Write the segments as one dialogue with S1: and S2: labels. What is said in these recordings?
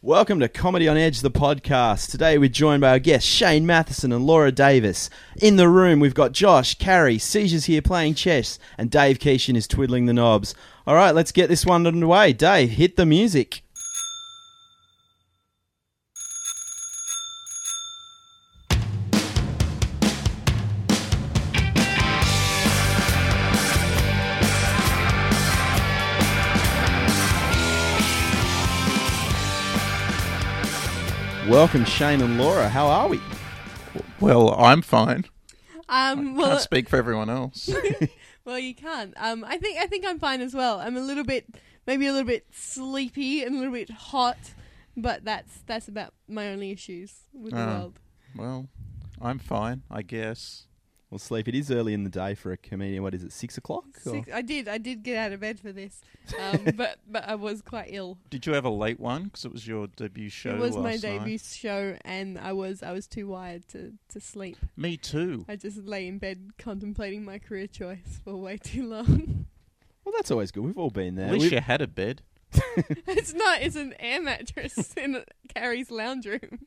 S1: Welcome to Comedy on Edge, the podcast. Today we're joined by our guests Shane Matheson and Laura Davis. In the room, we've got Josh, Carrie, Seizures here playing chess, and Dave Keeshan is twiddling the knobs. All right, let's get this one underway. Dave, hit the music. Welcome, Shane and Laura. How are we?
S2: Well, I'm fine.
S3: Um,
S2: Can't
S3: well,
S2: speak for everyone else.
S3: well, you can't. Um, I think I think I'm fine as well. I'm a little bit, maybe a little bit sleepy and a little bit hot, but that's that's about my only issues with the
S2: Ah.
S3: world.
S2: well, I'm fine, I guess.
S1: Well, sleep. It is early in the day for a comedian. What is it? Six o'clock? Or-
S3: Six, I did I did get out of bed for this, um, but but I was quite ill.
S2: Did you have a late one? Because it was your debut show.
S3: it was
S2: last
S3: my debut
S2: Night.
S3: show, and I was I was too wired to to sleep.
S2: Me too.
S3: I just lay in bed contemplating my career choice for way too long.
S1: Well, that's always good. We've all been there.
S2: At least
S1: We've-
S2: you had a bed.
S3: it's not. It's an air mattress in Carrie's lounge room.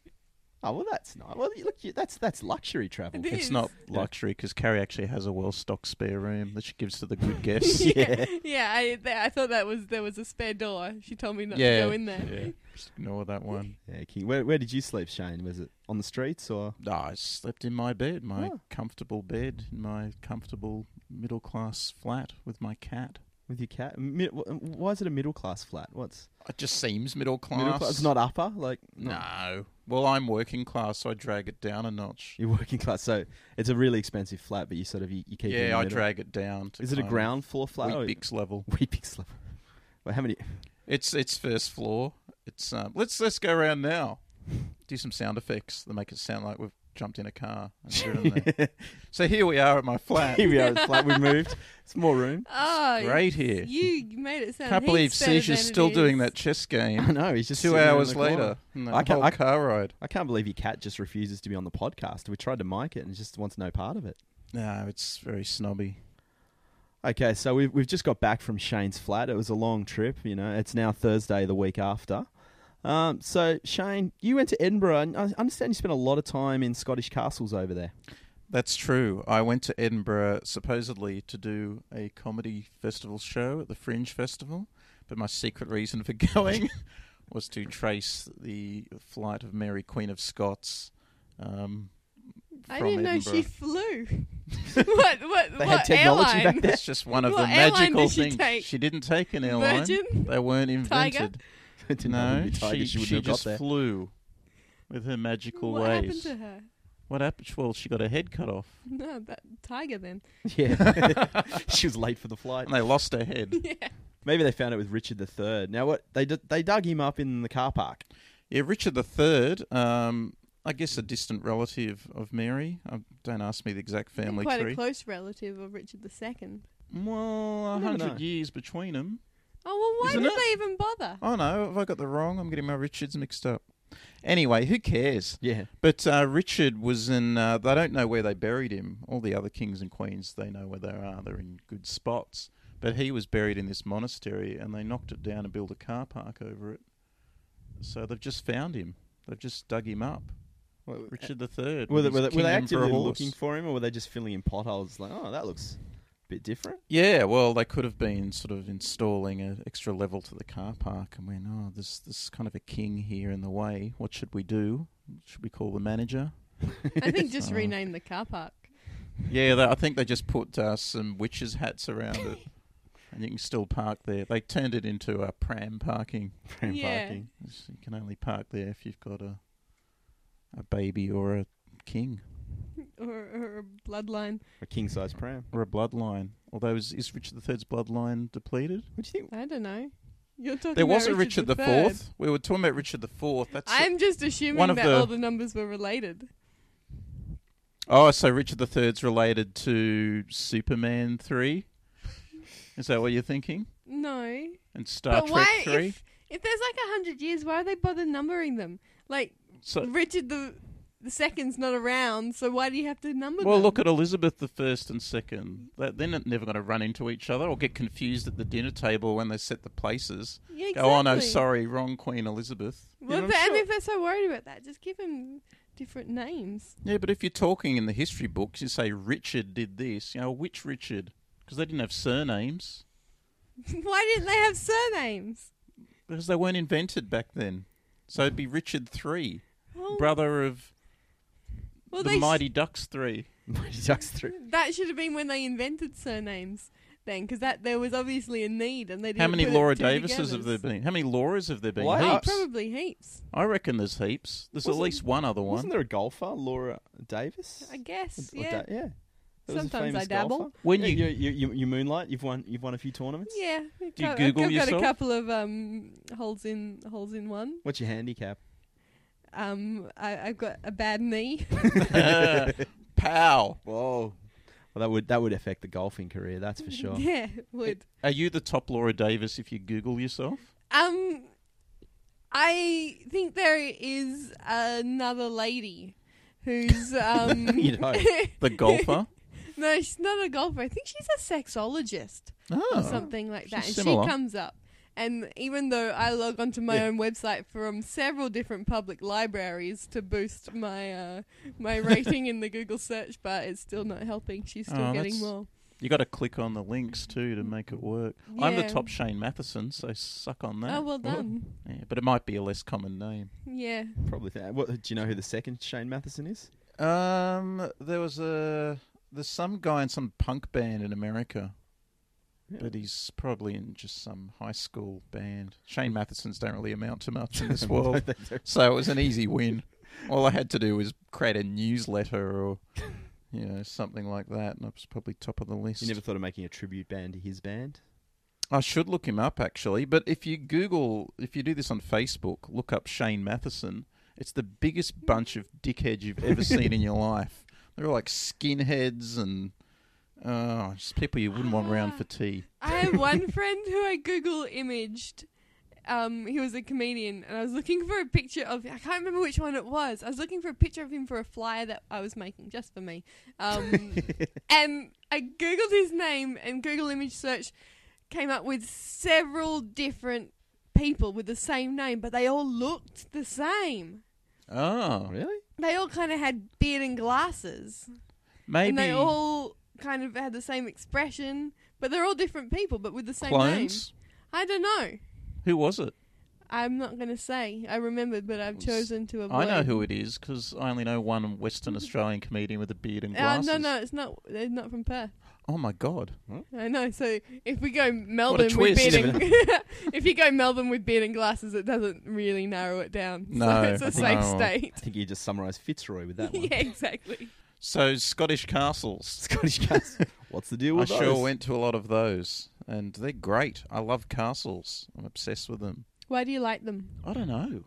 S1: Oh well, that's nice. Well, you- look, you- that's that's luxury travel.
S3: It
S2: It's
S3: is.
S2: not
S1: Yeah.
S2: luxury because Carrie actually has a well-stocked spare room that she gives to the good guests.
S1: Yeah.
S3: yeah. I th- I thought that was there was a spare door. She told me not
S2: yeah,
S3: to go in there.
S2: yeah. Just ignore that one.
S1: Yeah, King. Where, where did you sleep, Shane? Was it on the streets or?
S2: No, Ah, I slept in my bed, my
S1: Oh.
S2: comfortable bed, in my comfortable middle-class flat with my cat.
S1: With your cat? Mi- wh- Why is it a middle class flat? What's
S2: It just seems middle class.
S1: middle class? It's not upper. Like no.
S2: No. Well, I'm working class, so I drag it down a notch.
S1: you're working class, so it's a really expensive flat. But you sort of you, you keep. it in
S2: Yeah,
S1: the
S2: I
S1: middle.
S2: drag it down. To
S1: Is it a
S2: kind of
S1: ground floor flat? or-
S2: Weet-Bix level?
S1: Weet-Bix level. Well, how many?
S2: It's it's first floor. It's um, let's let's go around now. Do some sound effects that make it sound like we've jumped in a car. And driven there. so here we are at my flat.
S1: Here we are. the flat. We moved. It's more room.
S3: Oh,
S2: Great here.
S3: You made it sound.
S2: Can't believe
S3: heaps better
S2: Seisha's
S3: than
S2: still
S3: it
S2: doing
S3: is.
S2: that chess
S1: I
S2: game.
S1: know. He's just
S2: Two
S1: sitting there in
S2: hours
S1: the corner.
S2: later, in that
S1: I can't-
S2: whole
S1: I-
S2: car ride.
S1: I can't believe your cat just refuses to be on the podcast. We tried to mic it and just wants no part of it.
S2: No, it's very snobby.
S1: Okay, so we've we've just got back from Shane's flat. It was a long trip, you know. It's now Thursday, the week after. Um, so Shane, you went to Edinburgh, and I understand you spent a lot of time in Scottish castles over there.
S2: That's true. I went to Edinburgh supposedly to do a comedy festival show at the Fringe Festival, but my secret reason for going was to trace the flight of Mary, Queen of Scots. Um,
S3: I
S2: from
S3: didn't know
S2: Edinburgh.
S3: she flew. what? What?
S1: They had
S3: what
S1: technology back
S3: airline?
S1: then.
S2: It's just one of
S3: What
S2: the
S3: airline
S2: magical
S3: did she
S2: things.
S3: take?
S2: She didn't take an airline.
S3: Virgin?
S2: They weren't
S3: Tiger?
S2: invented.
S1: Didn't have
S2: No,
S1: any tigers,
S2: she,
S1: wouldn't
S2: she
S1: have got
S2: just
S1: there.
S2: flew with her magical
S3: What happened
S2: ways.
S3: to her?
S2: What happened? Well, she got her head cut off,
S3: No, that tiger then.
S1: Yeah, she was late for the flight.
S2: and they lost her head.
S3: Yeah.
S1: Maybe they found it with Richard III. Now what they d- they dug him up in the car park.
S2: Yeah, Richard III, um, I guess a distant relative of Mary. I don't ask me the exact
S3: And
S2: family
S3: quite
S2: tree.
S3: a close relative of Richard II.
S2: well,
S1: You never
S2: a
S1: know.
S2: hundred years between them.
S3: Oh well, why
S2: Isn't
S3: did
S2: it?
S3: they even bother?
S2: Oh no, have I got the wrong? I'm getting my Richards mixed up. Anyway, who cares?
S1: Yeah,
S2: But uh, Richard was in. Uh, they don't know where they buried him. All the other kings and queens, they know where they are. They're in good spots. But he was buried in this monastery, and they knocked it down and built a car park over it. So they've just found him. They've just dug him up.
S1: Well,
S2: Richard the Third.
S1: Uh, Were they, were they, were they actively looking for him, or were they just filling in potholes? Like, oh, that looks a bit different.
S2: Yeah, well, they could have been sort of installing an extra level to the car park, and went, "Oh, this this is kind of a king here in the way. What should we do? Should we call the manager?"
S3: I think just
S2: Oh.
S3: rename the car park.
S2: Yeah, they, I think they just put uh, some witches' hats around it, and you can still park there. They turned it into a pram parking.
S1: Pram
S3: Yeah.
S1: parking.
S2: So you can only park there if you've got a a baby or a king
S3: Or, or a bloodline.
S1: A king size pram.
S2: or a bloodline. Although is, is Richard III's bloodline depleted?
S1: What do you think?
S3: I don't know. You're talking.
S2: There
S3: about
S2: was a Richard the
S3: the Third.
S2: Fourth. We were talking about Richard the Fourth. That's
S3: I'm just assuming
S2: one of
S3: that
S2: the-
S3: all the numbers were related.
S2: oh, so Richard the Third's related to Superman three. Is that what you're thinking?
S3: No,
S2: And Star
S3: but
S2: Trek
S3: why?
S2: three.
S3: If, if there's like a hundred years, why are they bother numbering them? Like
S2: So
S3: Richard the the second's not around, so why do you have to number
S2: Well,
S3: them?
S2: look at Elizabeth the first and second. That, they're not- never going to run into each other or get confused at the dinner table when they set the places.
S3: yeah,
S2: Go, oh no,
S3: exactly.
S2: sorry, wrong Queen Elizabeth. You
S3: Well,
S2: know,
S3: if they-
S2: I'm
S3: and
S2: sure-
S3: if they're so worried about that, just give them different names.
S2: Yeah, but if you're talking in the history books, you say Richard did this. You know, which Richard? Because they didn't have surnames.
S3: why didn't they have surnames?
S2: Because they weren't invented back then. So it'd be Richard Three,
S3: Well,
S2: brother of
S3: well,
S2: the
S3: they s-
S2: Mighty Ducks Three.
S1: Mighty Ducks three.
S3: that should have been when they invented surnames then, because that there was obviously a need, and they didn't.
S2: How many
S3: put
S2: Laura
S3: it two
S2: Davises have
S3: together.
S2: there been? How many Lauras have there been?
S1: Why-
S3: Oh,
S2: Heaps.
S3: probably heaps.
S2: I reckon there's heaps. There's
S1: Wasn't-
S2: at least one other one.
S1: Wasn't there a golfer, Laura Davis?
S3: I guess.
S1: Or
S3: Yeah.
S1: Da- yeah. There was a
S3: Sometimes
S1: famous
S3: I dabble.
S1: golfer.
S2: When
S1: Yeah,
S2: you-
S1: you, you, you, you moonlight, you've won you've won a few tournaments.
S3: Yeah. I've
S2: Do you
S3: got-
S2: Google
S3: I've got
S2: yourself?
S3: a couple of um, holes in holes in one.
S1: What's your handicap?
S3: Um, I, I've got a bad knee.
S2: Pow.
S1: Whoa. Well, that would that would affect the golfing career, that's for sure.
S3: yeah, would.
S2: Are you the top Laura Davis if you Google yourself?
S3: Um, I think there is another lady who's um.
S1: You'd hope.
S2: The golfer?
S3: no, she's not a golfer. I think she's a sexologist
S2: Ah.
S3: or something like that.
S2: Oh, She's
S3: and
S2: similar.
S3: she comes up. And even though I log onto my
S1: Yeah.
S3: own website from several different public libraries to boost my uh, my rating in the Google search bar, it's still not helping. She's still
S2: Oh,
S3: getting
S2: that's-
S3: more.
S2: You got to click on the links too to make it work. I'm the
S3: Yeah.
S2: top Shane Matheson, so suck on that.
S3: Oh, well done.
S2: Yeah, but it might be a less common name.
S3: Yeah.
S1: Probably. That. What, do you know who the second Shane Matheson is?
S2: Um, there was a there's some guy in some punk band in America,
S1: Yeah.
S2: but he's probably in just some high school band. Shane Mathesons don't really amount to much in this world, so it was an easy win. All I had to do was create a newsletter or you know something like that, and I was probably top of the list.
S1: You never thought of making a tribute band to his band?
S2: I should look him up actually, but if you Google, if you do this on Facebook, look up Shane Matheson. It's the biggest bunch of dickheads you've ever seen in your life. They're all like skinheads and oh, just people you wouldn't want around for
S3: Ah.
S2: tea.
S3: I have one friend who I Google imaged. Um, he was a comedian, and I was looking for a picture of. I can't remember which one it was. I was looking for a picture of him for a flyer that I was making just for me. Um, and I googled his name, and Google image search came up with several different people with the same name, but they all looked the same.
S2: Oh,
S1: really?
S3: They all kind of had beard and glasses, and
S2: maybe
S3: they all kind of had the same expression, but they're all different people, but with the same name.
S2: clones.
S3: I don't know.
S2: Who was it?
S3: I'm not going to say. I remembered, but I've
S2: Was-
S3: chosen to
S2: I
S3: avoid.
S2: know who it is because I only know one Western Australian comedian with a beard and
S3: Uh,
S2: glasses.
S3: no, no, it's not. They're not from Perth.
S2: Oh my god!
S3: I know. So if we go Melbourne with
S2: twist.
S3: beard and if you go Melbourne with beard and glasses, it doesn't really narrow it down.
S2: No,
S3: so it's a
S2: I
S3: safe
S2: think- no.
S3: state.
S1: I think you just summarised Fitzroy with that one.
S3: yeah, exactly.
S2: So Scottish castles.
S1: Scottish cats. What's the deal with
S2: I
S1: those?
S2: sure went to a lot of those, and they're great. I love castles. I'm obsessed with them.
S3: Why do you like them?
S2: I don't know.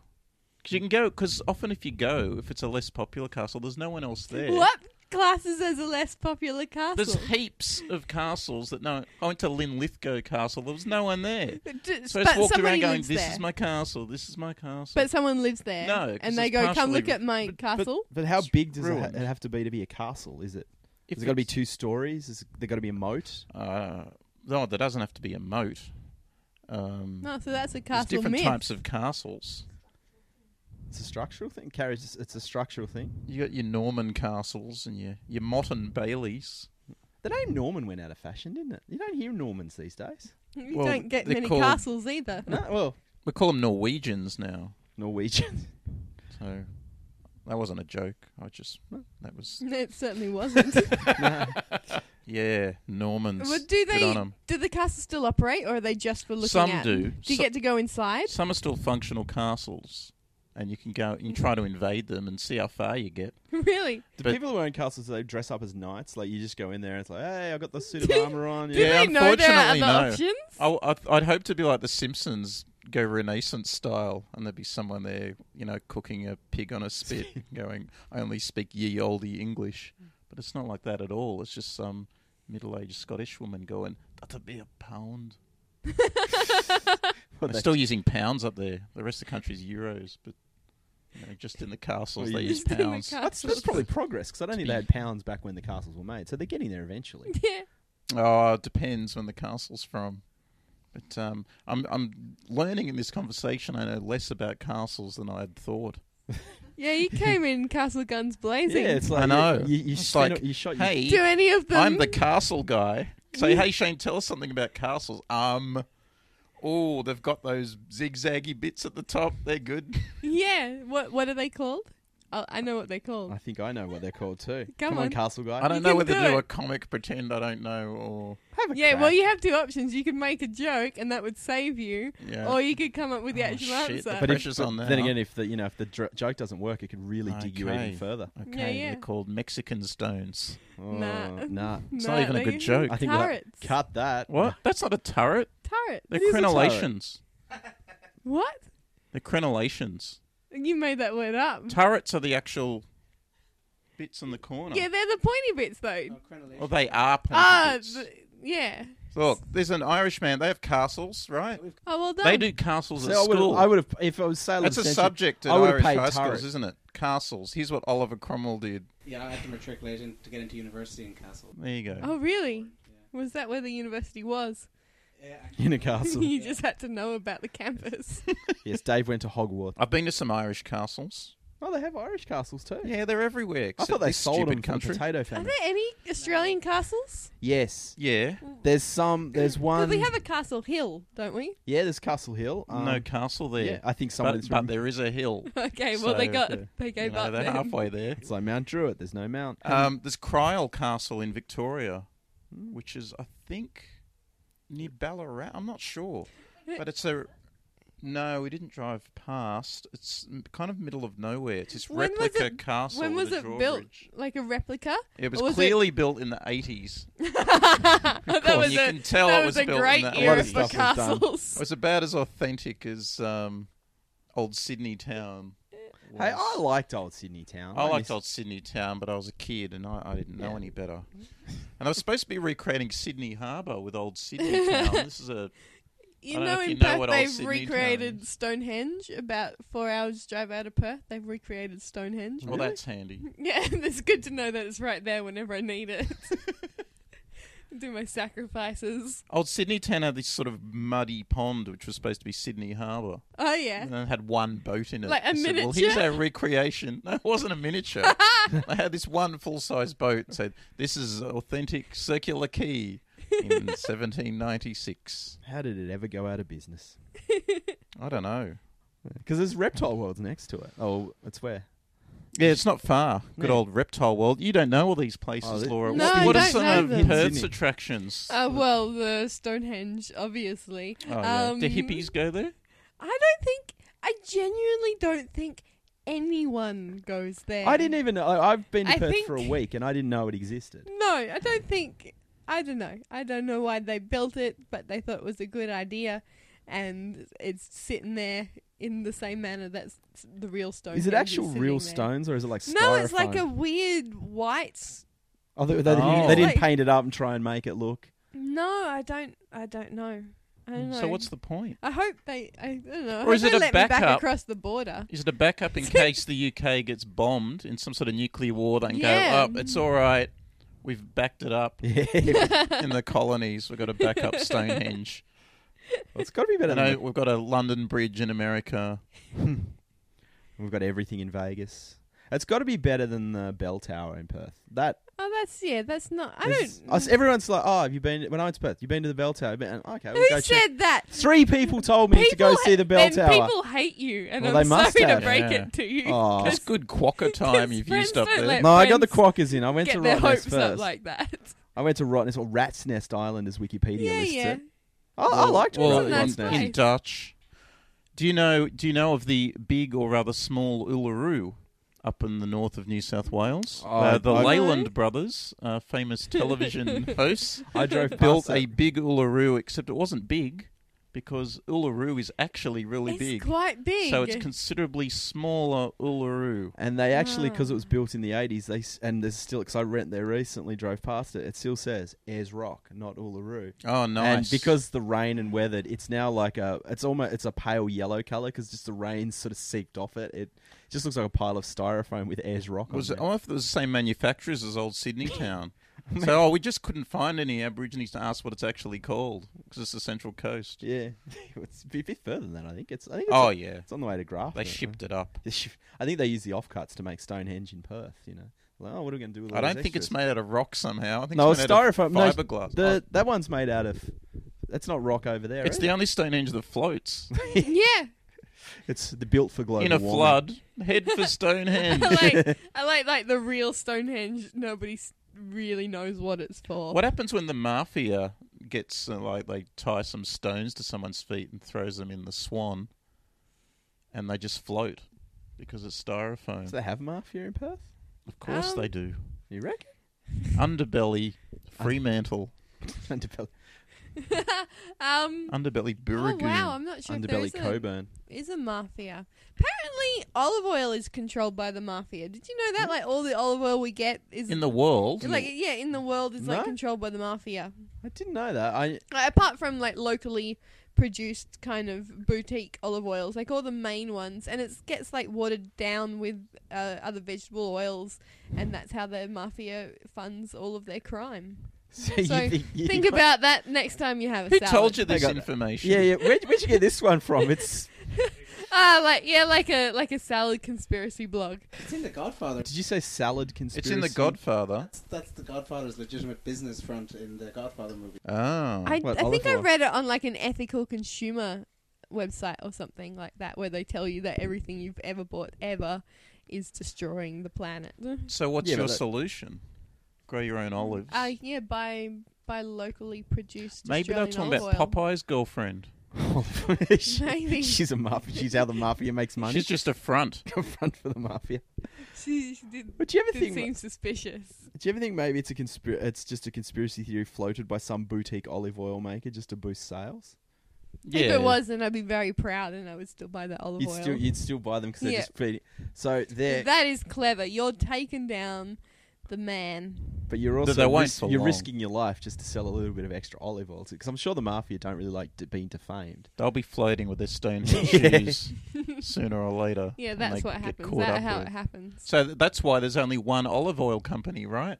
S2: 'Cause you can go. Because often, if you go, if it's a less popular castle, there's no one else there.
S3: What classes as a less popular
S2: There's
S3: castle?
S2: heaps of castles that no. I went to Linlithgow Castle. There was no one there.
S3: But d-
S2: So I just
S3: but
S2: walked
S3: somebody
S2: around going,
S3: lives
S2: "This
S3: there.
S2: is my castle. This is my castle."
S3: But someone lives there.
S2: No, 'cause
S3: and they
S2: it's
S3: go, "Come
S2: partially
S3: look at my
S1: But,
S3: castle."
S1: but how big does it, ha-
S2: ruined.
S1: it have to be to be a castle? Is it?
S2: if
S1: Is it got to be
S2: it's-
S1: two stories? Is there got to be a moat?
S2: Uh, no, there doesn't have to be a moat. Um,
S3: No, Oh, so that's a
S2: there's
S3: castle
S2: different
S3: myth.
S2: types of castles.
S1: It's a structural thing. Carries. It's a structural thing.
S2: You got your Norman castles and your your Mott and Baileys.
S1: The name Norman went out of fashion, didn't it? You don't hear Normans these days.
S3: You
S2: Well,
S3: don't get
S2: they're
S3: many
S2: called-
S3: castles either.
S1: No, well,
S2: We call them Norwegians now.
S1: Norwegian.
S2: So that wasn't a joke. I just that was
S3: It certainly wasn't.
S1: Nah.
S2: yeah Normans.
S3: Well, do
S2: Good on
S3: they
S2: 'em.
S3: do the castles still operate, or are they just for looking
S2: Some
S3: at?
S2: do.
S3: Do you
S2: So-
S3: get to go inside?
S2: Some are still functional castles, and you can go
S3: Mm.
S2: and try to invade them and see how far you get.
S3: really?
S1: Do
S2: But-
S1: people who own castles do they dress up as knights? Like you just go in there and it's like, hey, I've got the suit of armor on.
S3: Do
S1: Yeah.
S3: they know there are other
S2: unfortunately, no.
S3: options?
S2: I, I, I'd hope to be like the Simpsons, go Renaissance style, and there'd be someone there, you know, cooking a pig on a spit, going, "I only speak ye olde English," but it's not like that at all. It's just some middle-aged Scottish woman going, "That'll be a pound."
S1: Well,
S2: They're
S1: they-
S2: still using pounds up there. The rest of the country's euros, but You know, just in the castles,
S1: Well,
S2: they
S1: you-
S2: use
S3: Just in the
S2: pounds.
S1: That's, that's probably progress because I don't think they had pounds back when the castles were made, so they're getting there eventually.
S3: yeah.
S2: Oh, it depends when the castle's from. But um, I'm I'm learning in this conversation. I know less about castles than I had thought.
S3: Yeah, you came in Castle Guns Blazing.
S1: Yeah, it's like
S2: I know.
S1: You, you,
S2: It's
S1: spin-
S2: like,
S1: you shot your
S2: Hey,
S3: Do any of them?
S2: I'm the castle guy. Say, hey Shane, tell us something about castles. Um, oh, they've got those zigzaggy bits at the top. They're good.
S3: yeah. What What are they called? Oh, I know what they're called.
S1: I think I know what they're called too.
S3: Come on.
S1: Castle Guy.
S2: I don't
S3: You
S2: know
S3: can
S2: whether
S3: do
S2: to do
S3: it.
S2: a comic pretend I don't know or
S1: Have a
S3: Yeah,
S1: crack.
S3: well, you have two options. You could make a joke, and that would save you,
S2: yeah.
S3: or you could come up with the
S2: Oh,
S3: actual
S2: shit, the
S3: answer.
S1: but if,
S2: pressure's
S1: but
S2: on
S1: then
S2: now.
S1: again, if the you know if the dr- joke doesn't work, it could really dig you even
S2: Okay.
S1: further.
S2: okay,
S3: yeah.
S2: they're called Mexican stones.
S1: Oh,
S3: Nah.
S1: nah.
S2: It's not even a
S3: they-
S2: good joke.
S1: I think we'll
S3: Turrets.
S1: Cut that.
S2: What? That's not a turret.
S3: Turret.
S2: They're
S1: It is a turret.
S2: crenellations.
S3: What?
S2: They're crenellations.
S3: You made that word up.
S2: Turrets are the actual bits in the corner.
S3: Yeah, they're the pointy bits, though.
S2: Well, they are Oh, pointy
S3: Ah,
S2: bits.
S3: th- yeah.
S2: Look, there's an Irish man. They have castles, right?
S3: Oh, well done.
S2: They do castles
S1: So
S2: at
S1: I would
S2: school.
S1: I would have if I was Sailor
S2: That's a
S1: Century-
S2: subject at
S1: I would've
S2: Irish
S1: paid
S2: high schools,
S1: turret.
S2: isn't it? Castles. Here's what Oliver Cromwell did.
S4: Yeah, I had to matriculate in, to get into university in Castle.
S2: There you go.
S3: Oh, really? Was that where the university was?
S4: Yeah,
S1: in a castle.
S3: you just had to know about the campus.
S1: yes, Dave went to Hogwarts.
S2: I've been to some Irish castles.
S1: Oh, they have Irish castles too.
S2: Yeah, they're everywhere.
S1: I
S2: except
S1: thought they
S2: this
S1: sold
S2: stupid
S1: them to the
S2: country.
S1: potato
S3: Are
S1: family.
S3: there any Australian castles?
S1: Yes,
S2: Yeah.
S1: there's some. There's
S3: Well,
S1: one.
S3: we have a castle hill, don't we?
S1: yeah, there's Castle Hill. Um,
S2: no castle there.
S1: yeah, I think someone
S2: but,
S1: that's
S2: but
S1: rem-
S2: there is a hill.
S3: Okay, well they
S2: So,
S3: got
S2: yeah.
S3: they
S2: You
S3: gave
S2: know,
S3: up
S2: they're
S3: then.
S2: halfway there.
S1: it's like Mount Druitt. There's no mount.
S2: Um, there's Cryol Castle in Victoria, which is, I think, near Ballarat. I'm not sure, but it's a. No, we didn't drive past. It's m- kind of middle of nowhere. It's this
S3: When was
S2: replica
S3: it-
S2: castle.
S3: When
S2: with
S3: was
S2: a
S3: it built?
S2: drawbridge.
S3: Like a replica?
S2: It was,
S3: Or was it-
S2: clearly built in the 80s.
S3: that was
S2: you
S3: a,
S2: can tell
S3: that
S2: it
S3: was
S2: was
S3: a
S2: built in
S3: great
S2: the
S1: A lot
S3: era
S1: of stuff
S3: for
S1: was done.
S2: It
S3: castles.
S2: was about as authentic as um, old Sydney town.
S1: Hey,
S2: was.
S4: oh.
S1: I liked old Sydney town.
S2: I liked
S1: miss-
S2: old Sydney town, but I was a kid and I, I didn't know
S1: Yeah.
S2: any better. And I was supposed to be recreating Sydney Harbour with old Sydney town. This is a I
S3: You
S2: don't
S3: know,
S2: know if
S3: in
S2: you know
S3: Perth
S2: what old
S3: they've
S2: Sydney town
S3: recreated
S2: is.
S3: Stonehenge about four hours drive out of Perth. They've recreated Stonehenge.
S2: well, that's handy.
S3: Yeah, it's good to know that it's right there whenever I need it. Do my sacrifices.
S2: Old Sydney town had this sort of muddy pond, which was supposed to be Sydney Harbour,
S3: Oh yeah.
S2: and it had one boat in it.
S3: Like a
S2: I said, well, here's
S3: miniature?
S2: our recreation. No, it wasn't a miniature. they had this one full-size boat. and Said this is authentic circular quay in 1796.
S1: How did it ever go out of business?
S2: I don't know.
S1: Because there's Reptile World's next to it. Oh, that's where.
S2: Yeah, it's not far. Good
S1: Yeah.
S2: old reptile world. You don't know all these places,
S1: Oh, they-
S2: Laura.
S3: No,
S2: what
S3: I
S2: what are
S3: don't
S2: some
S3: know
S2: of
S3: them.
S2: Perth's
S1: Sydney.
S2: attractions?
S3: Uh, well, the Stonehenge, obviously.
S2: oh, yeah. Do
S3: um,
S2: hippies go there?
S3: I don't think. I genuinely don't think anyone goes there.
S1: I didn't e- even know. I, I've been to
S3: Um, I
S1: Perth for a
S3: think-
S1: week and I didn't know it existed.
S3: No, I don't think. I don't know. I don't know why they built it, but they thought it was a good idea, and it's sitting there in the same manner that's the real stone.
S1: Is it actual real stones or is it like styrofoam?
S3: No, it's like a weird white.
S1: Oh, they, they
S2: Oh.
S1: Didn't, they didn't
S3: Like-
S1: paint it up and try and make it look.
S3: No, I don't. I don't know. I don't know.
S2: So what's the point?
S3: I hope they. I don't know. I
S2: Or
S3: hope
S2: is it
S3: they
S2: a
S3: let me back
S2: backup?
S3: across the border?
S2: Is it a backup in case the UK gets bombed in some sort of nuclear war? They can
S3: Yeah.
S2: go, oh, it's all right. We've backed it up
S1: Yeah.
S2: in the colonies. We've got a backup Stonehenge.
S1: it's got to be better
S2: You
S1: than
S2: know, we've got a London Bridge in America.
S1: We've got everything in Vegas. It's got to be better than the bell tower in Perth. That
S3: Oh, that's yeah. That's not. I
S1: is-
S3: don't.
S1: us- everyone's like, oh, have you been? When I went to Perth, you've been to the bell tower. You've Been, okay, we'll
S3: Who
S1: go
S3: said
S1: check.
S3: that?
S1: Three people told me to go
S3: People
S1: see the
S3: ha-
S1: bell
S3: and
S1: tower.
S3: People hate you, and
S1: Well,
S3: I'm
S1: they must
S3: sorry
S1: have.
S3: to break
S2: Yeah.
S3: it to you.
S1: Oh.
S2: That's good quokka time you've
S3: friends
S2: used up
S3: don't
S2: there.
S3: let-
S1: no, I got the
S3: friends
S1: quackers in. I went to
S3: Get their
S1: Rottnest
S3: hopes
S1: first.
S3: up like that.
S1: I went to Rottnest or Rat's Nest Island, as Wikipedia
S3: Yeah,
S1: lists
S3: yeah.
S1: it. Oh, I liked
S3: well,
S1: Rottnest.
S3: Isn't that
S2: in,
S3: nice?
S2: in Dutch. Do you know? Do you know of the big or rather small Uluru up in the north of New South Wales?
S1: Oh,
S2: uh, the
S1: I-
S2: Leyland brothers, uh, famous television hosts,
S1: I drove
S2: built
S1: past
S2: a
S1: it.
S2: big Uluru. Except it wasn't big. because Uluru is actually really
S3: it's
S2: big.
S3: quite big.
S2: So it's considerably smaller Uluru.
S1: And they actually,
S3: Ah.
S1: because it was built in the 80s, they s- and there's still, because I rent there recently, drove past it, it still says Ayers Rock, not Uluru.
S2: Oh, nice.
S1: And because the rain and weathered, it's now like a, it's almost, it's a pale yellow colour because just the rain sort of seeped off it. It just looks like a pile of styrofoam with Ayers Rock
S2: was
S1: on
S2: it,
S1: it.
S2: oh, if it was the same manufacturers as old Sydney town. so oh, we just couldn't find any Aborigines to ask what it's actually called because it's the Central Coast.
S1: Yeah. it's a bit bit further than that, I think. It's, I think it's,
S2: Oh yeah,
S1: it's on the way to Grafton.
S2: they
S1: isn't it?
S2: shipped it up.
S1: They ship- I think they use the offcuts to make Stonehenge in Perth, you know. Like, oh, what are we going to do with all
S2: I don't
S1: these
S2: think it's
S1: extras?
S2: made out of rock somehow. I think
S1: No,
S2: it's
S1: it's
S2: made out of
S1: styrofoam. No,
S2: fiberglass. Oh,
S1: The, that one's made out of. That's not rock over there.
S2: it's
S1: is
S2: the only Stonehenge that floats
S1: it?
S3: yeah.
S1: it's the built for global
S2: in a
S1: warming.
S2: flood. Head for
S3: I
S2: Stonehenge.
S3: like I like like the real Stonehenge. Nobody s- really knows what it's for.
S2: What happens when the mafia gets uh, like they tie some stones to someone's feet and throws them in the Swan, and they just float because it's styrofoam?
S1: Do they have mafia in Perth?
S2: of course
S3: Um,
S2: they do.
S1: You reckon?
S2: Underbelly, Fremantle,
S1: Underbelly,
S3: um.
S2: Underbelly
S3: Oh
S2: Birigoon.
S3: wow! I'm not sure if there
S1: underbelly
S3: is a,
S1: Coburn.
S3: is a mafia. Apparently, olive oil is controlled by the mafia. Did you know that? Like all the olive oil we get is
S2: In the world,
S3: like yeah in the world is like
S1: No?
S3: controlled by the mafia.
S1: I didn't know that. I
S3: Like, apart from like locally produced kind of boutique olive oils, like all the main ones, and it gets like watered down with uh, other vegetable oils, and that's how the mafia funds all of their crime.
S1: so, you
S3: So,
S1: think, you
S3: Think about that next time you have a
S2: who
S3: salad.
S2: told you
S1: They
S2: this
S1: got-
S2: information?
S1: Yeah, yeah. Where'd, where'd you get this one from? It's.
S3: Ah, like yeah, like a like a salad conspiracy blog.
S4: It's in The Godfather.
S1: Did you say salad
S2: It's
S1: conspiracy?
S2: in The Godfather.
S4: That's, that's The Godfather's legitimate business front in The Godfather movie.
S2: Oh,
S3: I,
S1: What,
S3: I think
S1: olive
S3: I
S1: oil?
S3: read it on like an ethical consumer website or something like that, where they tell you that everything you've ever bought ever is destroying the planet.
S1: Mm-hmm.
S2: so what's
S1: Yeah, but
S2: your
S1: that-
S2: solution? Grow your own olives.
S3: Uh, yeah, by by locally produced.
S2: Maybe they're talking
S3: Australian
S2: about
S3: olive oil.
S2: Popeye's girlfriend.
S3: Maybe.
S1: She's a mafia. She's how the mafia makes money.
S2: She's just a front.
S1: a front for the mafia.
S3: She, she did,
S1: But do you ever
S3: did
S1: think?
S3: seem suspicious.
S1: Do you ever think maybe it's a conspir- It's just a conspiracy theory floated by some boutique olive oil maker just to boost sales.
S3: If it was, then I'd be very proud, and I would still buy the olive
S1: You'd
S3: oil.
S1: still you'd still buy them because they're
S3: Yeah.
S1: just feeding. So they're
S3: that is clever. You're taking down the man.
S1: but you're
S2: But
S1: also
S2: they won't
S1: ris-
S2: for
S1: you're
S2: long.
S1: risking your life just to sell a little bit of extra olive oil because I'm sure the mafia don't really like de- being defamed.
S2: They'll be floating with their Stonehenge
S1: Yeah.
S2: shoes sooner or later.
S3: Yeah,
S2: and they
S3: that's what
S2: get
S3: happens.
S2: caught
S3: That
S2: up
S3: how
S2: with.
S3: it happens.
S2: So th- that's why there's only one olive oil company, right?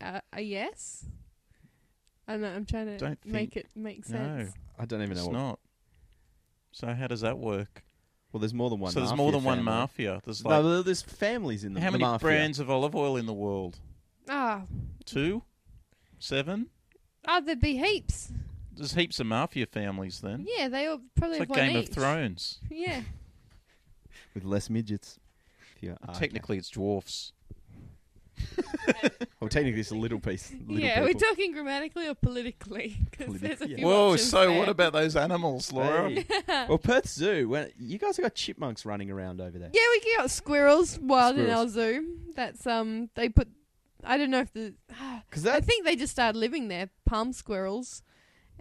S3: Uh, a yes. I know. I'm trying to
S2: Don't
S3: make it make
S2: No.
S3: sense.
S1: I don't even
S2: It's
S1: know. What,
S2: not. So how does that work?
S1: well, there's more than one.
S2: so there's
S1: mafia
S2: more than one
S1: family.
S2: mafia. There's
S1: No,
S2: like
S1: there- there's families in them.
S2: how
S1: the
S2: many
S1: mafia.
S2: brands of olive oil in the world?
S3: Ah,
S2: Two, seven.
S3: ah, there'd be heaps.
S2: There's heaps of mafia families then.
S3: Yeah, they all probably
S2: it's
S3: have
S2: like
S3: one
S2: Game of
S3: each.
S2: Thrones.
S3: Yeah.
S1: with less midgets? If you're arcane.
S2: Technically, it's dwarfs.
S1: well, technically it's a little piece. Little
S3: yeah, are we
S1: people.
S3: talking grammatically or politically? 'Cause
S1: Politic-
S3: there's a
S1: yeah.
S3: few
S2: Whoa!
S3: options
S2: So
S3: there.
S2: what about those animals, Laura?
S1: Hey. well, Perth Zoo. When, you guys have got chipmunks running around over there.
S3: Yeah, we got squirrels wild in our
S1: Squirrels.
S3: zoo. That's um, they put. I don't know if the.
S1: Because
S3: I
S1: that
S3: think they just started living there. Palm squirrels,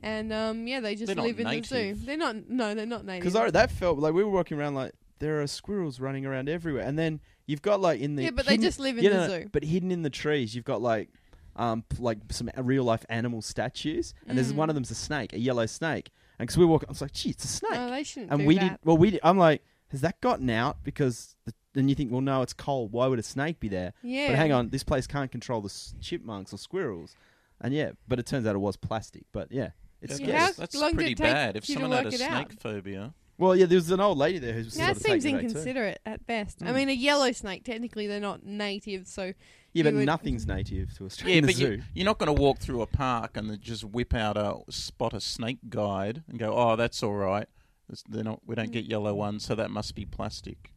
S3: and um, yeah, they just
S2: They're not
S3: live in the zoo.
S2: native.
S3: They're not. No, they're not native.
S1: Because that felt like we were walking around like there are squirrels running around everywhere, and then you've got like in the
S3: yeah, but they
S1: hidden-
S3: just live in
S1: yeah,
S3: the
S1: no, no,
S3: zoo.
S1: But hidden in the trees, you've got like um p- like some real life animal statues, and there's
S3: Mm.
S1: one of them's a snake, a yellow snake, and because we walk, I was like, gee, it's a snake,
S3: No, they shouldn't
S1: and
S3: do
S1: we
S3: that.
S1: did well, we did, I'm like, has that gotten out? Because the, then you think, well, no, it's cold. Why would a snake be there?
S3: yeah,
S1: But hang on, this place can't control the s- chipmunks or squirrels, and yeah, but it turns out it was plastic. But yeah, it's
S3: Yeah,
S1: scary.
S3: how
S2: that's
S3: long did
S2: pretty
S3: it take
S2: bad. If
S3: you to
S2: someone had a
S3: work it
S2: snake
S3: out?
S2: phobia,
S1: Well, yeah, there was an old lady there who was sort
S3: Yeah, that
S1: of
S3: seems
S1: taken aback too.
S3: inconsiderate at best. I
S2: Hmm.
S1: Mm.
S3: mean, a yellow snake. Technically, they're not native, so
S1: Yeah, but
S3: You would-
S1: nothing's native to Australia.
S2: yeah,
S1: in the
S2: but
S1: zoo.
S2: you, you're not going to walk through a park and then just whip out a spot a snake guide and go, "Oh, that's all right. It's- They're not. We don't get yellow
S3: Mm-hmm.
S2: ones, so that must be plastic."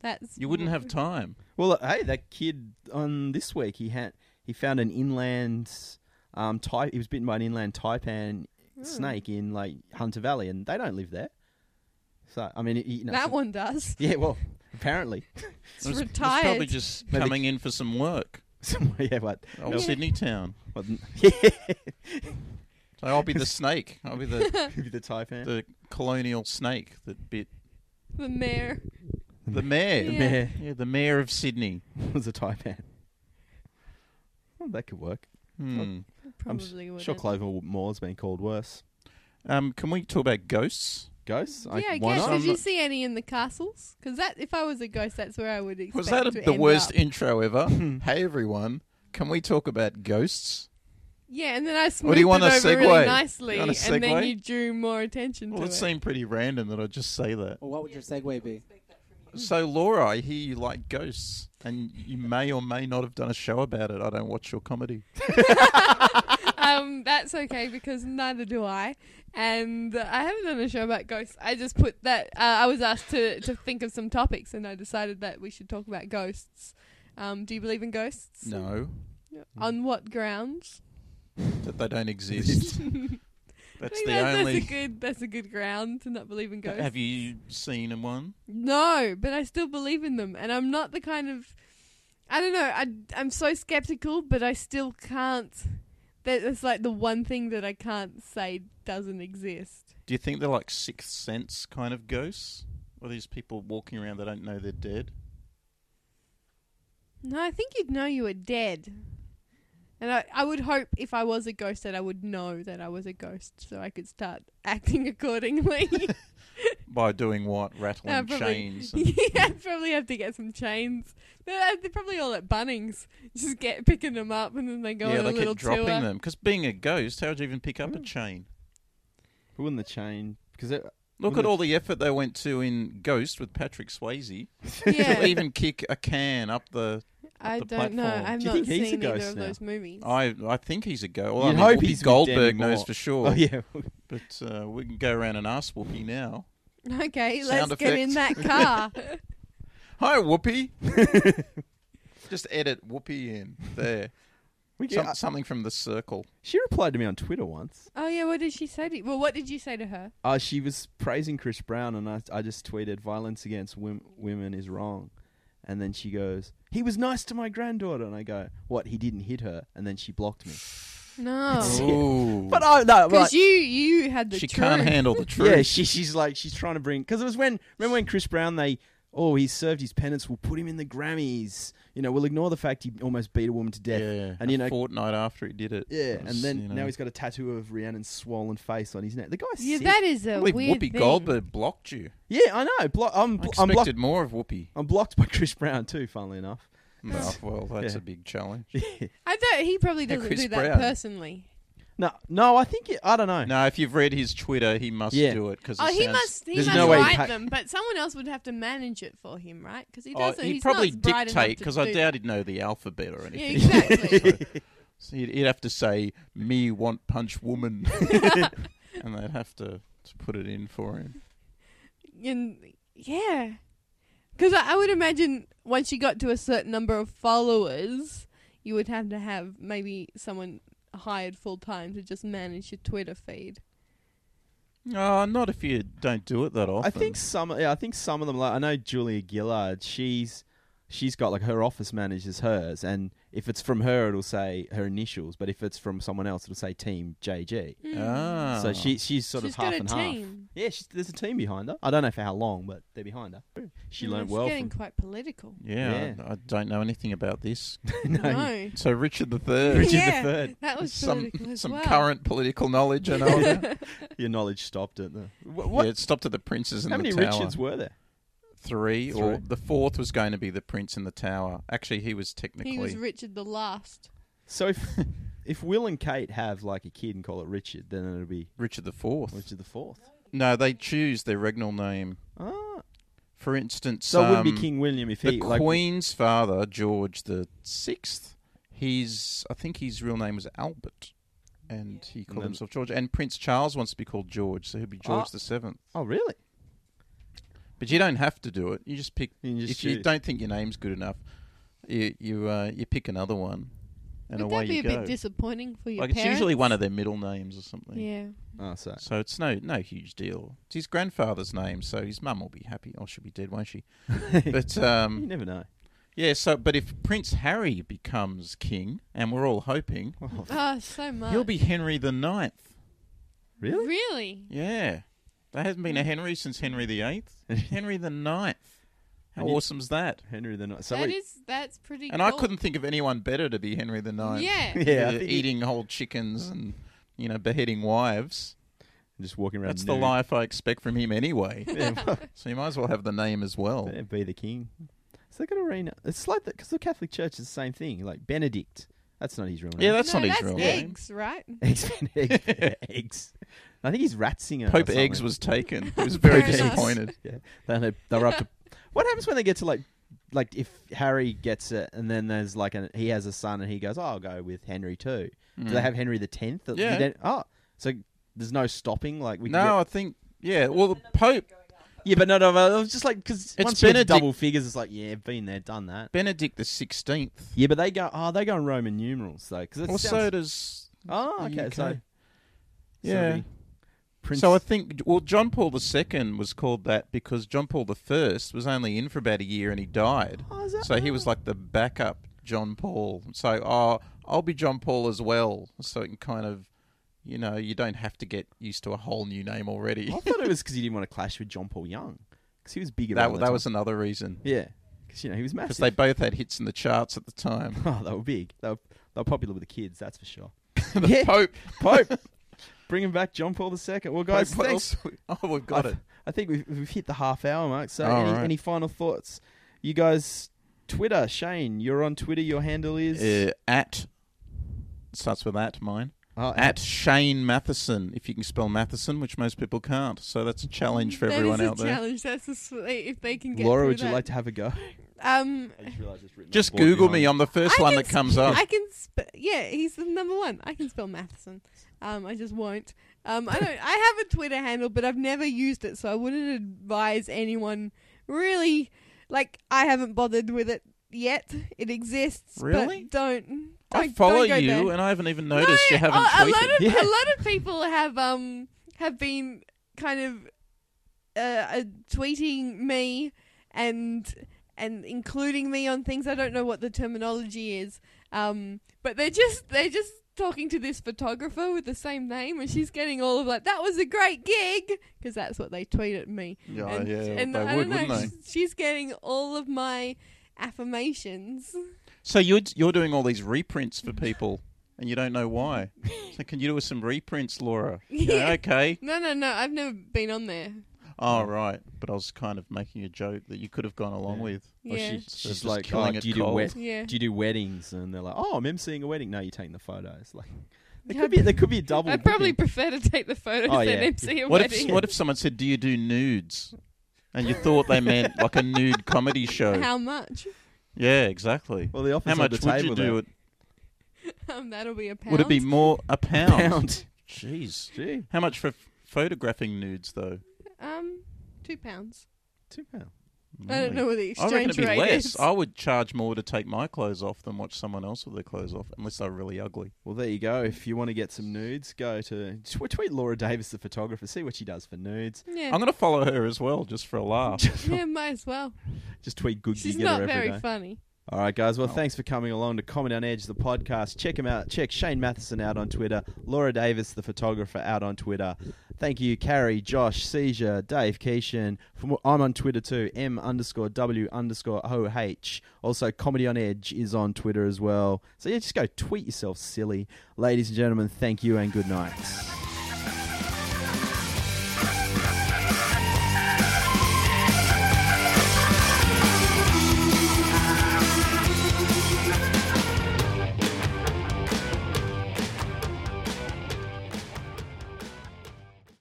S3: that's
S2: You wouldn't
S3: Mm-hmm.
S2: have time.
S1: Well, uh, hey, that kid on this week he had he found an inland um tai He was bitten by an inland taipan
S3: Mm.
S1: snake in like Hunter Valley, and they don't live there. So I mean, it- you know,
S3: that
S1: so-
S3: one does.
S1: Yeah, well, apparently,
S3: It's
S2: It was- it was
S3: retired.
S2: probably just
S1: Maybe-
S2: coming in for some work.
S1: somewhere. Yeah, what?
S2: Old
S1: Yeah.
S2: Sydney town.
S1: what yeah.
S2: So I'll be the snake. I'll be the,
S1: Maybe the Taipan.
S2: the colonial snake that bit
S3: The mayor.
S2: the mayor.
S1: The
S3: Yeah.
S1: mayor
S2: Yeah, the mayor of Sydney.
S1: was a Taipan. Well, that could work.
S2: Hmm.
S1: I'm s-
S3: Probably would.
S1: Sure, Clover Moore's been called worse.
S2: Um, can we talk about ghosts?
S1: Ghosts?
S3: Yeah, I
S1: why
S3: guess.
S1: not?
S3: Did you see any in the castles? Because that, if I was a ghost, that's where I would expect.
S2: Was that a,
S3: to
S2: the
S3: end
S2: worst
S3: up.
S2: intro ever?
S1: Hmm.
S2: hey everyone, can we talk about ghosts?
S3: yeah, and then I
S2: Or
S3: smoothed
S2: do you
S3: it
S2: want a
S3: over
S2: segue?
S3: really
S2: You
S3: nicely,
S2: want a
S3: and then
S2: segue?
S3: you drew more attention
S2: Well,
S3: to
S2: it seemed pretty random that I just say that.
S4: Well, what would your segue be?
S2: So Laura, I hear you like ghosts, and you may or may not have done a show about it. I don't watch your comedy.
S3: um, that's okay because neither do I, and I haven't done a show about ghosts. I just put that uh, I was asked to to think of some topics, and I decided that we should talk about ghosts. Um, do you believe in ghosts?
S2: No,
S3: On what grounds?
S2: that they don't exist.
S3: I
S2: That's
S3: think
S2: the
S3: that's,
S2: only.
S3: that's a good that's a good ground to not believe in ghosts.
S2: Have you seen one?
S3: No, but I still believe in them, and I'm not the kind of I don't know. I I'm so skeptical, but I still can't. That, that's like the one thing that I can't say doesn't exist.
S2: Do you think they're like sixth sense kind of ghosts, or these people walking around that don't know they're dead?
S3: No, I think you'd know you were dead. And I, I would hope if I was a ghost that I would know that I was a ghost so I could start acting accordingly.
S2: By doing what? Rattling
S3: No, probably-
S2: chains. and-
S3: yeah, I'd probably have to get some chains. They're, they're probably all at Bunnings. Just get picking them up and then they go
S2: yeah,
S3: on
S2: they
S3: a little
S2: kept dropping
S3: tour.
S2: them. Because being a ghost, how would you even pick up a
S1: Mm.
S2: chain?
S1: But wouldn't the chain? Because it,
S2: Look
S1: Well,
S2: at
S1: the-
S2: all the effort they went to in Ghost with Patrick Swayze.
S3: Yeah.
S2: To even kick a can up the.
S3: I
S2: the
S3: don't know.
S2: platform.
S3: I've
S1: Do you
S3: not
S1: think he's a
S3: seen either
S1: ghost
S3: of
S1: now?
S3: those movies.
S2: I I think he's a ghost. Well, I
S1: You'd
S2: mean,
S1: hope
S2: Whoopi
S1: he's with
S2: Goldberg
S1: Demi
S2: knows
S1: Moore.
S2: for sure.
S1: oh yeah,
S2: But uh, we can go around and ask Whoopi now.
S3: okay,
S2: Sound
S3: let's get in that car.
S2: Hi, Whoopi. Just edit Whoopi in there.
S1: we
S2: Some,
S1: get,
S2: something from the circle.
S1: she replied to me on Twitter once.
S3: oh yeah, what did she say to you? Well, what did you say to her?
S1: Uh, she was praising Chris Brown, and I, I just tweeted, "Violence against wom- women is wrong." And then she goes, "He was nice to my granddaughter," and I go, "What? He didn't hit her?" And then she blocked me.
S3: No,
S2: Ooh.
S1: But I no,
S3: because
S1: like-
S3: you you had the
S2: she
S3: truth.
S2: can't handle the truth.
S1: yeah, she, she's like she's trying to bring because it was when remember when Chris Brown they oh he served his penance, we'll put him in the Grammys. You know, we'll ignore the fact he almost beat a woman to death.
S2: Yeah,
S1: And, you
S2: a
S1: know-
S2: fortnight after he did it.
S1: Yeah,
S2: It
S1: and
S2: was,
S1: then
S2: you know-
S1: now he's got a tattoo of Rihanna's swollen face on his neck. The guy's
S3: yeah,
S1: sick.
S3: that is a
S2: Well, if
S3: weird
S2: Whoopi
S3: thing.
S2: Goldberg blocked you.
S1: yeah, I know. Blo- I'm
S2: I
S1: bl- I'm
S2: expected
S1: blocked.
S2: more of Whoopi.
S1: I'm blocked by Chris Brown too. Funnily enough,
S2: Oh, well, that's
S1: Yeah.
S2: a big challenge.
S3: I don't. He probably
S2: Yeah,
S3: doesn't
S2: Chris
S3: do that
S2: Brown.
S3: personally.
S1: no, no, I think it, I don't know.
S2: No, if you've read his Twitter, he must
S1: Yeah.
S2: do it because
S3: Oh,
S2: it
S3: he
S2: sounds,
S3: must. He
S1: There's
S3: must
S1: no way he
S3: write
S1: pa-
S3: them, but someone else would have to manage it for him, right? Because he
S2: Oh,
S3: doesn't.
S2: he'd
S3: he's
S2: probably
S3: not as bright enough
S2: dictate
S3: to
S2: because I
S3: do-
S2: doubt he'd know the alphabet or
S3: Yeah,
S2: anything.
S3: exactly.
S2: So he'd, he'd have to say, "Me want punch woman," and they'd have to, to put it in for him.
S3: and yeah, because I, I would imagine once you got to a certain number of followers, you would have to have maybe someone hired full time to just manage your Twitter feed.
S2: Oh, not if you don't do it that often.
S1: I think some. Yeah, I think some of them. Like I know Julia Gillard. She's she's got like her office manager's hers, and if it's from her, it'll say her initials. But if it's from someone else, it'll say Team JG.
S2: Ah.
S1: So she she's sort
S3: Mm. She's
S1: of half
S3: got a
S1: and half.
S3: team.
S1: Yeah, she's, there's a team behind her. I don't know for how long, but they're behind her. She
S3: Mm,
S1: learned
S3: it's
S1: well
S3: getting
S1: from.
S3: quite political.
S2: Yeah,
S1: Yeah.
S2: I, I don't know anything about this.
S1: No,
S3: no,
S1: you-
S2: So Richard the Third,
S1: Richard
S3: yeah,
S1: the Third.
S3: that was
S2: some
S3: political as
S2: some
S3: well.
S2: current political knowledge. I know. about.
S1: Your knowledge stopped at the. What?
S2: Yeah, it stopped at the princes and
S1: how
S2: the
S1: many
S2: tower.
S1: Richards were there?
S2: Three, or
S1: Three.
S2: the fourth was going to be the prince in the tower. Actually, he was technically
S3: he was Richard the last.
S1: So if if Will and Kate have like a kid and call it Richard, then it'll be
S2: Richard the Fourth.
S1: Richard the Fourth.
S2: No, they choose their regnal name.
S1: Ah,
S2: For instance,
S1: so it wouldn't
S2: um,
S1: be King William if
S2: the
S1: he like
S2: Queen's father, George the Sixth. His, I think his real name was Albert, and he called
S1: then-
S2: himself George. And Prince Charles wants to be called George, so he'll be George
S1: Ah.
S2: the Seventh.
S1: Oh, really?
S2: But you don't have to do it. You just pick.
S1: You can just
S2: if you
S1: choose.
S2: don't think your name's good enough, you you uh, you pick another one, and
S3: Would
S2: away
S3: that be
S2: you
S3: a
S2: go.
S3: bit disappointing for your
S2: like
S3: parents?
S2: it's usually one of their middle names or something.
S3: Yeah.
S1: Oh, so
S2: So it's no no huge deal. It's his grandfather's name, so his mum will be happy. Oh, she'll be dead, won't she? but
S1: you
S2: um,
S1: never know.
S2: yeah. So but if Prince Harry becomes king, and we're all hoping,
S1: Oh,
S3: Oh, so much.
S2: he'll be Henry the Ninth.
S1: Really?
S3: Really?
S2: Yeah. There hasn't been a Henry since Henry the Eighth. Henry the Ninth. How
S1: And you-
S2: awesome's that?
S1: Henry the Ninth. So
S3: That is
S1: wait,
S3: that's pretty.
S2: And
S3: cool.
S2: I couldn't think of anyone better to be Henry the Ninth.
S3: Yeah.
S1: Yeah, I
S2: Uh,
S1: think he-
S2: eating whole chickens and you know beheading wives.
S1: just walking around.
S2: That's the
S1: nude.
S2: life I expect from him anyway.
S1: Yeah, well,
S2: so you might as well have the name as well.
S1: yeah, be the king. So they got a arena. It's like that because the Catholic Church is the same thing. Like Benedict. That's not his real name.
S2: Yeah, that's
S3: no,
S2: not his
S3: that's
S2: real name.
S3: eggs, right?
S1: Eggs. Eggs. eggs. I think he's Ratzinger. or
S2: Pope Eggs
S1: something.
S2: was taken. He was very
S3: Fair enough.
S2: disappointed.
S1: Yeah, they, they- they were up to. What happens when they get to like, like if Harry gets it, and then there's like an he has a son, and he goes, "Oh, I'll go with Henry too." Do they
S2: Mm.
S1: have Henry the tenth?
S2: Yeah.
S1: Oh, so there's no stopping. Like we.
S2: No, I think yeah. Well, the Pope
S1: Can get, yeah, but no, no. no, It was just like because
S2: It's
S1: once you get to
S2: Benedict-
S1: double figures, it's like yeah, been there, done that.
S2: Benedict the Sixteenth.
S1: Yeah, but they go. Oh, they go in Roman numerals though, because
S2: Well, so does
S1: Oh,
S2: the
S1: okay.
S2: UK.
S1: So so
S2: Yeah.
S1: the Prince.
S2: So I think well, John Paul II was called that because John Paul I was only in for about a year and he died.
S1: Oh, is that
S2: so he was
S1: right?
S2: like the backup John Paul. So oh, I'll be John Paul as well. So it can kind of, you know, you don't have to get used to a whole new name already.
S1: I thought it was because he didn't want to clash with John Paul Young, because he was bigger.
S2: that
S1: than
S2: that was another reason
S1: yeah, because you know he was massive.
S2: because they both had hits in the charts at the time.
S1: Oh, they were big. They were, they were popular with the kids, that's for sure.
S2: the
S1: Yeah.
S2: Pope,
S1: Pope, bringing back John Paul II. Well, guys,
S2: Pope, what
S1: thanks.
S2: else? Oh, we've got
S1: I,
S2: it.
S1: I think we've, we've hit the half hour mark. So,
S2: All
S1: any,
S2: right.
S1: any final thoughts? You guys, Twitter, Shane, you're on Twitter. Your handle is
S2: Uh, at starts with at mine.
S1: Oh,
S2: at Shane Matheson, if you can spell Matheson, which most people can't. So that's a challenge for
S3: That is
S2: everyone
S3: a
S2: out there.
S3: challenge. That's a sw- if they can get.
S1: Laura.
S3: through
S1: Would you
S3: that.
S1: like to have a go?
S3: Um,
S1: I just realized it's written
S2: Just Google me. I'm the first
S3: I
S2: one
S3: can
S2: that comes
S3: sp-
S2: up.
S3: I can. Sp- yeah, he's the number one. I can spell Matheson. Um, I just won't. Um, I don't. I have a Twitter handle, but I've never used it, so I wouldn't advise anyone. Really, like I haven't bothered with it yet. It exists. but
S2: Really?
S3: don't.
S2: I,
S3: don't-
S2: follow
S3: don't go
S2: you,
S3: there.
S2: and I haven't even noticed you haven't
S3: a, a
S2: tweeted.
S3: lot of
S1: Yeah.
S3: a lot of people have um have been kind of uh, uh tweeting me and and including me on things I don't know what the terminology is um but they're just they're just talking to this photographer with the same name and she's getting all of like that was a great gig because that's what they tweet at me
S2: yeah,
S3: and,
S2: Oh, yeah,
S3: and
S2: they
S3: I
S2: would,
S3: don't know
S2: wouldn't they?
S3: she's- she's getting all of my affirmations
S2: So you're you're doing all these reprints for people, and you don't know why. So can you do us some reprints, Laura? You know,
S3: Yeah.
S2: okay.
S3: no no no I've never been on there
S2: Oh right, but I was kind of making a joke that you could have gone along
S1: Yeah.
S2: with.
S1: Or
S3: yeah
S1: she-
S2: So
S1: she's
S2: just
S1: like, oh,
S2: killing
S1: do
S2: it
S1: you do,
S2: cold.
S1: wed-
S3: yeah
S1: do you do weddings? And they're like, oh, I'm emceeing a wedding. No, you're taking the photos. Like, there
S3: Yeah,
S1: could be there could be a double.
S3: I probably
S1: booking.
S3: prefer to take the photos
S1: Oh, yeah.
S3: than MC a
S2: What if
S3: wedding.
S2: what if someone said, "Do you do nudes?" And you thought they meant like a nude comedy show.
S3: How much?
S2: Yeah, exactly.
S1: Well, the office
S2: How
S1: on
S2: much
S1: the
S2: would
S1: table
S2: you
S1: there.
S2: do it?
S3: Um, that'll be a pound.
S2: Would it be more a pound?
S1: Pound.
S2: Jeez.
S1: Gee,
S2: How much for f- photographing nudes though?
S3: um two pounds?
S1: two pound.
S3: I don't
S2: Really?
S3: know what the
S2: I reckon
S3: exchange
S2: it'd be
S3: rate
S2: less.
S3: is.
S2: I would charge more to take my clothes off than watch someone else with their clothes off, unless they're really ugly.
S1: Well, there you go. If you want to get some nudes, go to tw- tweet Laura Davis, the photographer. See what she does for nudes.
S3: yeah,
S2: I'm going to follow her as well, just for a laugh.
S3: yeah, might as well.
S1: Just tweet good
S3: She's
S1: gig at
S3: not
S1: her every
S3: very
S1: day.
S3: funny.
S1: All right, guys. Well,
S2: Oh.
S1: thanks for coming along to Comment on Edge, the podcast. Check him out. Check Shane Matheson out on Twitter. Laura Davis, the photographer, out on Twitter. Thank you, Carrie, Josh, Seizure, Dave, Keishan. From, I'm on Twitter too. M underscore W underscore O H. Also, Comedy on Edge is on Twitter as well. So yeah, just go tweet yourself silly, ladies and gentlemen. Thank you and good night.